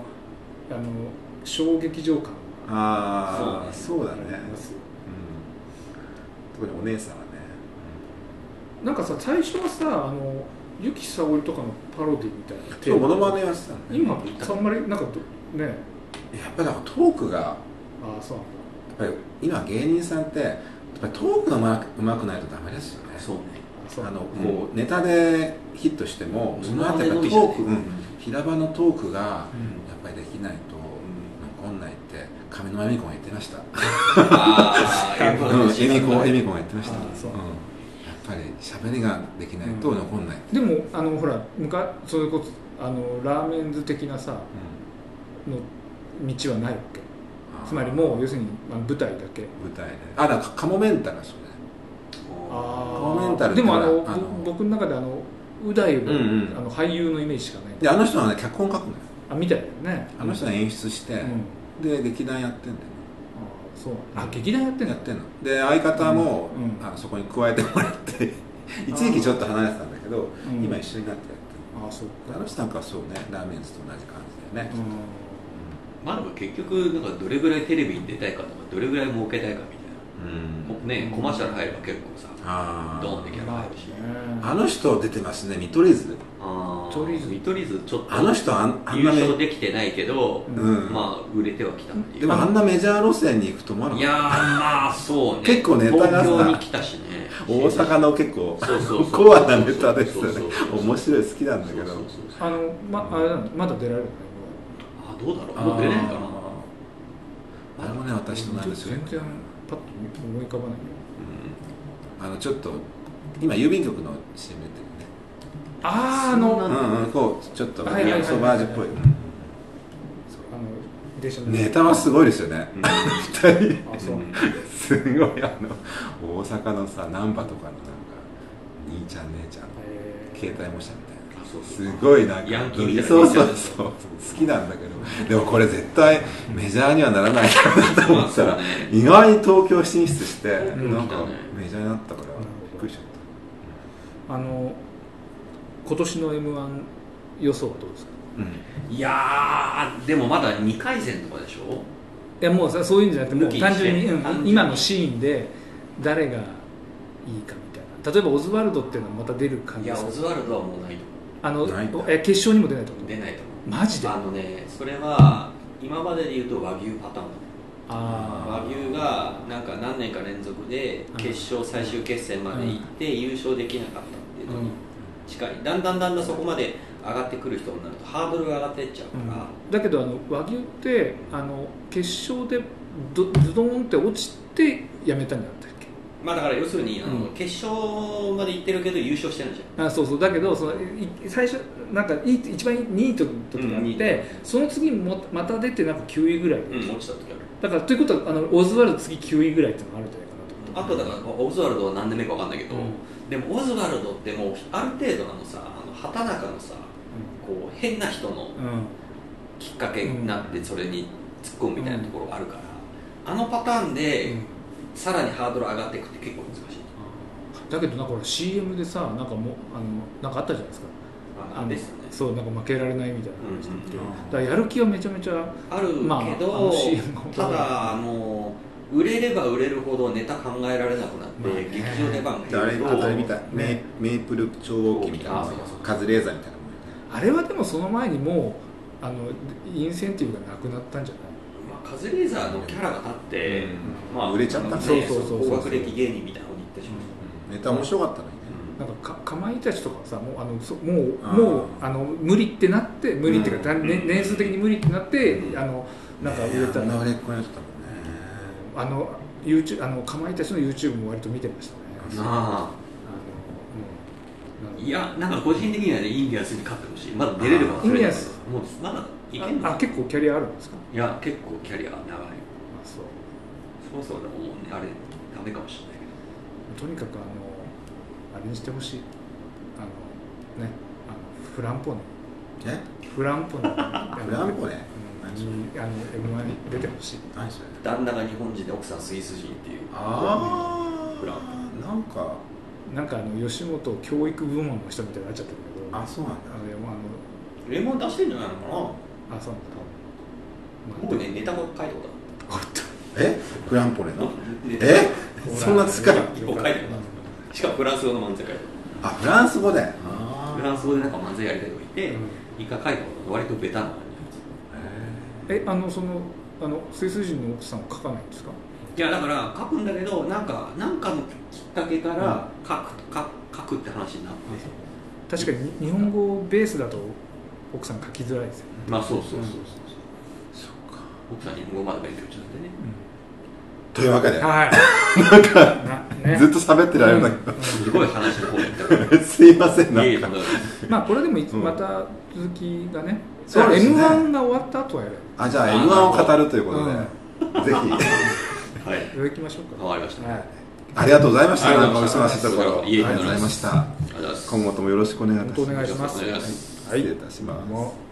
小劇場感が
ああそうだね、
思いますよ
うん、特にお姉さんはね
なんかさ最初はさあの由紀さおりとかのパロディみたいな
今日モノマネはしてたのね
今あんまりなんかどね
やっぱだからトークがや
ああそうなん
っぱり今芸人さんってやっぱりトークがうまうまくないとダメですよね
そうね
だあ
あ
そうなんだ
のこうネタでヒットしても、その後やっぱりトーク、うん平場のトークがやっぱりできないと、残んないって上沼恵美子が言ってました
ああ
恵
やっぱり
美子恵美子が言ってました、
あ
うん、やっ
ー
そう
ぱり喋りができないと残んない、
でもあのほら昔そういうことあのラーメンズ的なさ
う
の道はないわけ
んあー
つまりもう要するにあの舞台だけ
舞台であだからカモメンタルそうね
あ
ーメンタルっ
で
て
もあ
ほ
の
らあの
僕の中であのう大の,、
うんうん
あの俳優のイメージしかない
であの人はね脚本書くのよ
あみたいだよね
あの人は演出して、
うん、あ
で劇団やってんだよ
ーそうあ劇団やってん
や
だ
ってんので相方も、
うんうん
あのそこに加えてもらって 一時期ちょっと離れてたんだけど、
うん
今一緒になってやって
あーそう
るであの人なんかはそうねラーメンズと同じ感じだよね、
う
まあでも結局なんかどれぐらいテレビに出たいかとかどれぐらい儲けたいかみ
うん
たいなもねコマーシャル入れば結構さ
あ
ドンって
ー
キャ
ん
ラ
ま
入るし
あ
あね
の人出てますね見取り図
あ
見取り図
見取り図ちょっと
あの人あんあん
優
なめ
勝できてないけど、
うん
まあ売れてはきたっていう
でもあんなメジャー路線に行くと思わないか
やー
っ
まあそうね
結構ネタがさ
東京に来たしね
た大阪の結構
そうそうそう
コアなネタですよね
そうそうそう
面白い好きなんだ
そう
けど
そうそう
あのまあれなのまだ出られるの
あどうだろう
あ
もう出れないかな
ーあれもね私となんですよ
全然パッと思い浮かばない
あのちょっと今郵便局の CM やってるね
あああ
そ
の
ん
あ
な
の
うんうん、こうちょっと
はいはいはい
ソバージュっぽい
電車の
ネタはすごいですよね
うん
二人
あそう、
うん
すごいあの大阪のさ難波とかのなんか兄ちゃん姉ちゃんの
えー
携帯模写みたいな
あそうそう
すごいなんか
ヤンキーみたいな
そうそうそう好きなんだけどでもこれ絶対メジャーにはならないかなと思ったら
まあそうね
意外に東京進出して
ん
なんか
そうだね
メジャーになったからびっくりしちゃっ
あの今年の m 1予想はどうですか
たうん
いやーでもまだ2回戦とかでしょ
いやもうさそういうんじゃなくても
抜き
う
に
単純に、
して
うん
単純に
今のシーンで誰がいいかみたいな例えばオズワルドっていうのはまた出る感じ
い
で
や
す
オ
か
ズワルドはもうないと思
あの
ないんだ
え決勝にも出ないってこ
う
と
出ないと思う
マジで
あ
あ
のねそれは今までで言うと和牛パターン
あ
和牛がなんか何年か連続で決勝最終決戦まで行って優勝できなかったっていうのに近いだんだんだんだんそこまで上がってくる人になるとハードルが上がってっちゃう
う
か
ん
ら、
だけどあの和牛ってあの決勝でどズドーンって落ちてやめたんじゃなかったっけ
まあだから要するにあの、
うん
決勝まで行ってるけど優勝してるじゃん
あそうそうだけどそのい最初なんかい一番2位と時があっ
うん二
て
位、
その次もまた出てなんか9位ぐらい、
うん、落ちた時ある
だからということはあのオズワルド次9位ぐらいっていうのがあるんじゃないかなと
あとだからオズワルドは何年目か分かんないけど、
う
でもオズワルドってもうある程度あのさあの畑中のさこう変な人
う
の
ん
きっかけになってそれに突っ込むみたいなところがあるから、あのパターンで、さらにハードル上がっていくって結構難しい
だけどなんかほら CM でさなんかもうあのなんかあったじゃないですかあの
ですよね
そうなんか負けられないみたいな話だっけ、
うんうん
だからやる気はめちゃめちゃ
あるけど、
まああの CM も
ただあの売れれば売れるほどネタ考えられなくなって、
まあね
劇場出番が
であれ
減
あ
る
と
と
あれみたいメメイプル超合金みたいなもんよ
あそうそう
カズレーザーみたいなもんよ
あれはでもその前にもうあのインセンティブがなくなったんじゃない
まあ、カズレーザーのキャラが立って、
うん
まあ、
売れちゃったんだ
そうそう
そうそうそう
高学歴芸人みたいな方に行ってしまった
ネタ面白かったのにね
なんかかかまいたちとかさもうあのそもう
あー
もうあの無理ってなって無理っていうか、
うん
だね年数的に無理ってなって、
うん
あのなんか売れた
ねあんな
ら、
売れっ子になっちゃったもん
あの YouTube あのかまいたちの YouTube も割と見てましたねあの
な
うん
あいやなんか個人的にはねインディアンスに勝ってほしいまだ出れれば
インディアンス
もうまだいけん
あ
の
あ結構キャリアあるんですか
いや結構キャリア長い
あそう
そうそうでももうねあれダメかもしれないけど
とにかくあのあれにしてほしいあのねあのフランポーネ
ね
フランポー ネ
えフランコ
ネ
ね何それ
にあの M1 に出てほしい
何それ
旦那が日本人で奥さんスイス人っていう
ああ
フラン
なんか
なんかあの吉本教育部門の人みたいになっちゃってるけど
あそうなんだ
あのでもあ
レモン出してんじゃないのかな
のあそうなんだ、まあ
僕ねネタも書いたことある
あ
えグランポレの
ね
え そんな使い
一本書いてもらったしかもフランス語の漫才書いて
あフランス語で
あ
フ
ー
ランス語でなんか漫才やりたいとか言って
うん
一回書いたことが割とベタな感
えあのそのあのスイス人の奥さんは書かないんですか
じいやだから書くんだけどなんかなんかのきっかけから書くか書くって話になって
確かに日本語ベースだと奥さん書きづらいですよね、
まあそうそうそううんそうそう奥さん日本語まだ勉強中なんでね
というわけで
はいなんかね
ずっと喋ってられるんだけ
すごい話の方に行 ったから
どすいませんない
えいえ
ん
とんで
か
もない
まあこれでもいつ
うん
また続きがね、
そうですね
m 1が終わった後はやる
あじゃあ m 1を語るということで、ぜひ
はい
やりきましょうか
わかりました
はい
ありがとうございました
あり
な
が
ん
と
かお
うござい
忙
ま
し
し
い
た
ところあ
あ
り
り
が
が
と
と
う
う
ござ
ござ
い
い
ま
ま
し
したたありがとうございます
今後ともよろしくお願いいたし
本当お願いします
お願いします
はい
失礼いたします
もう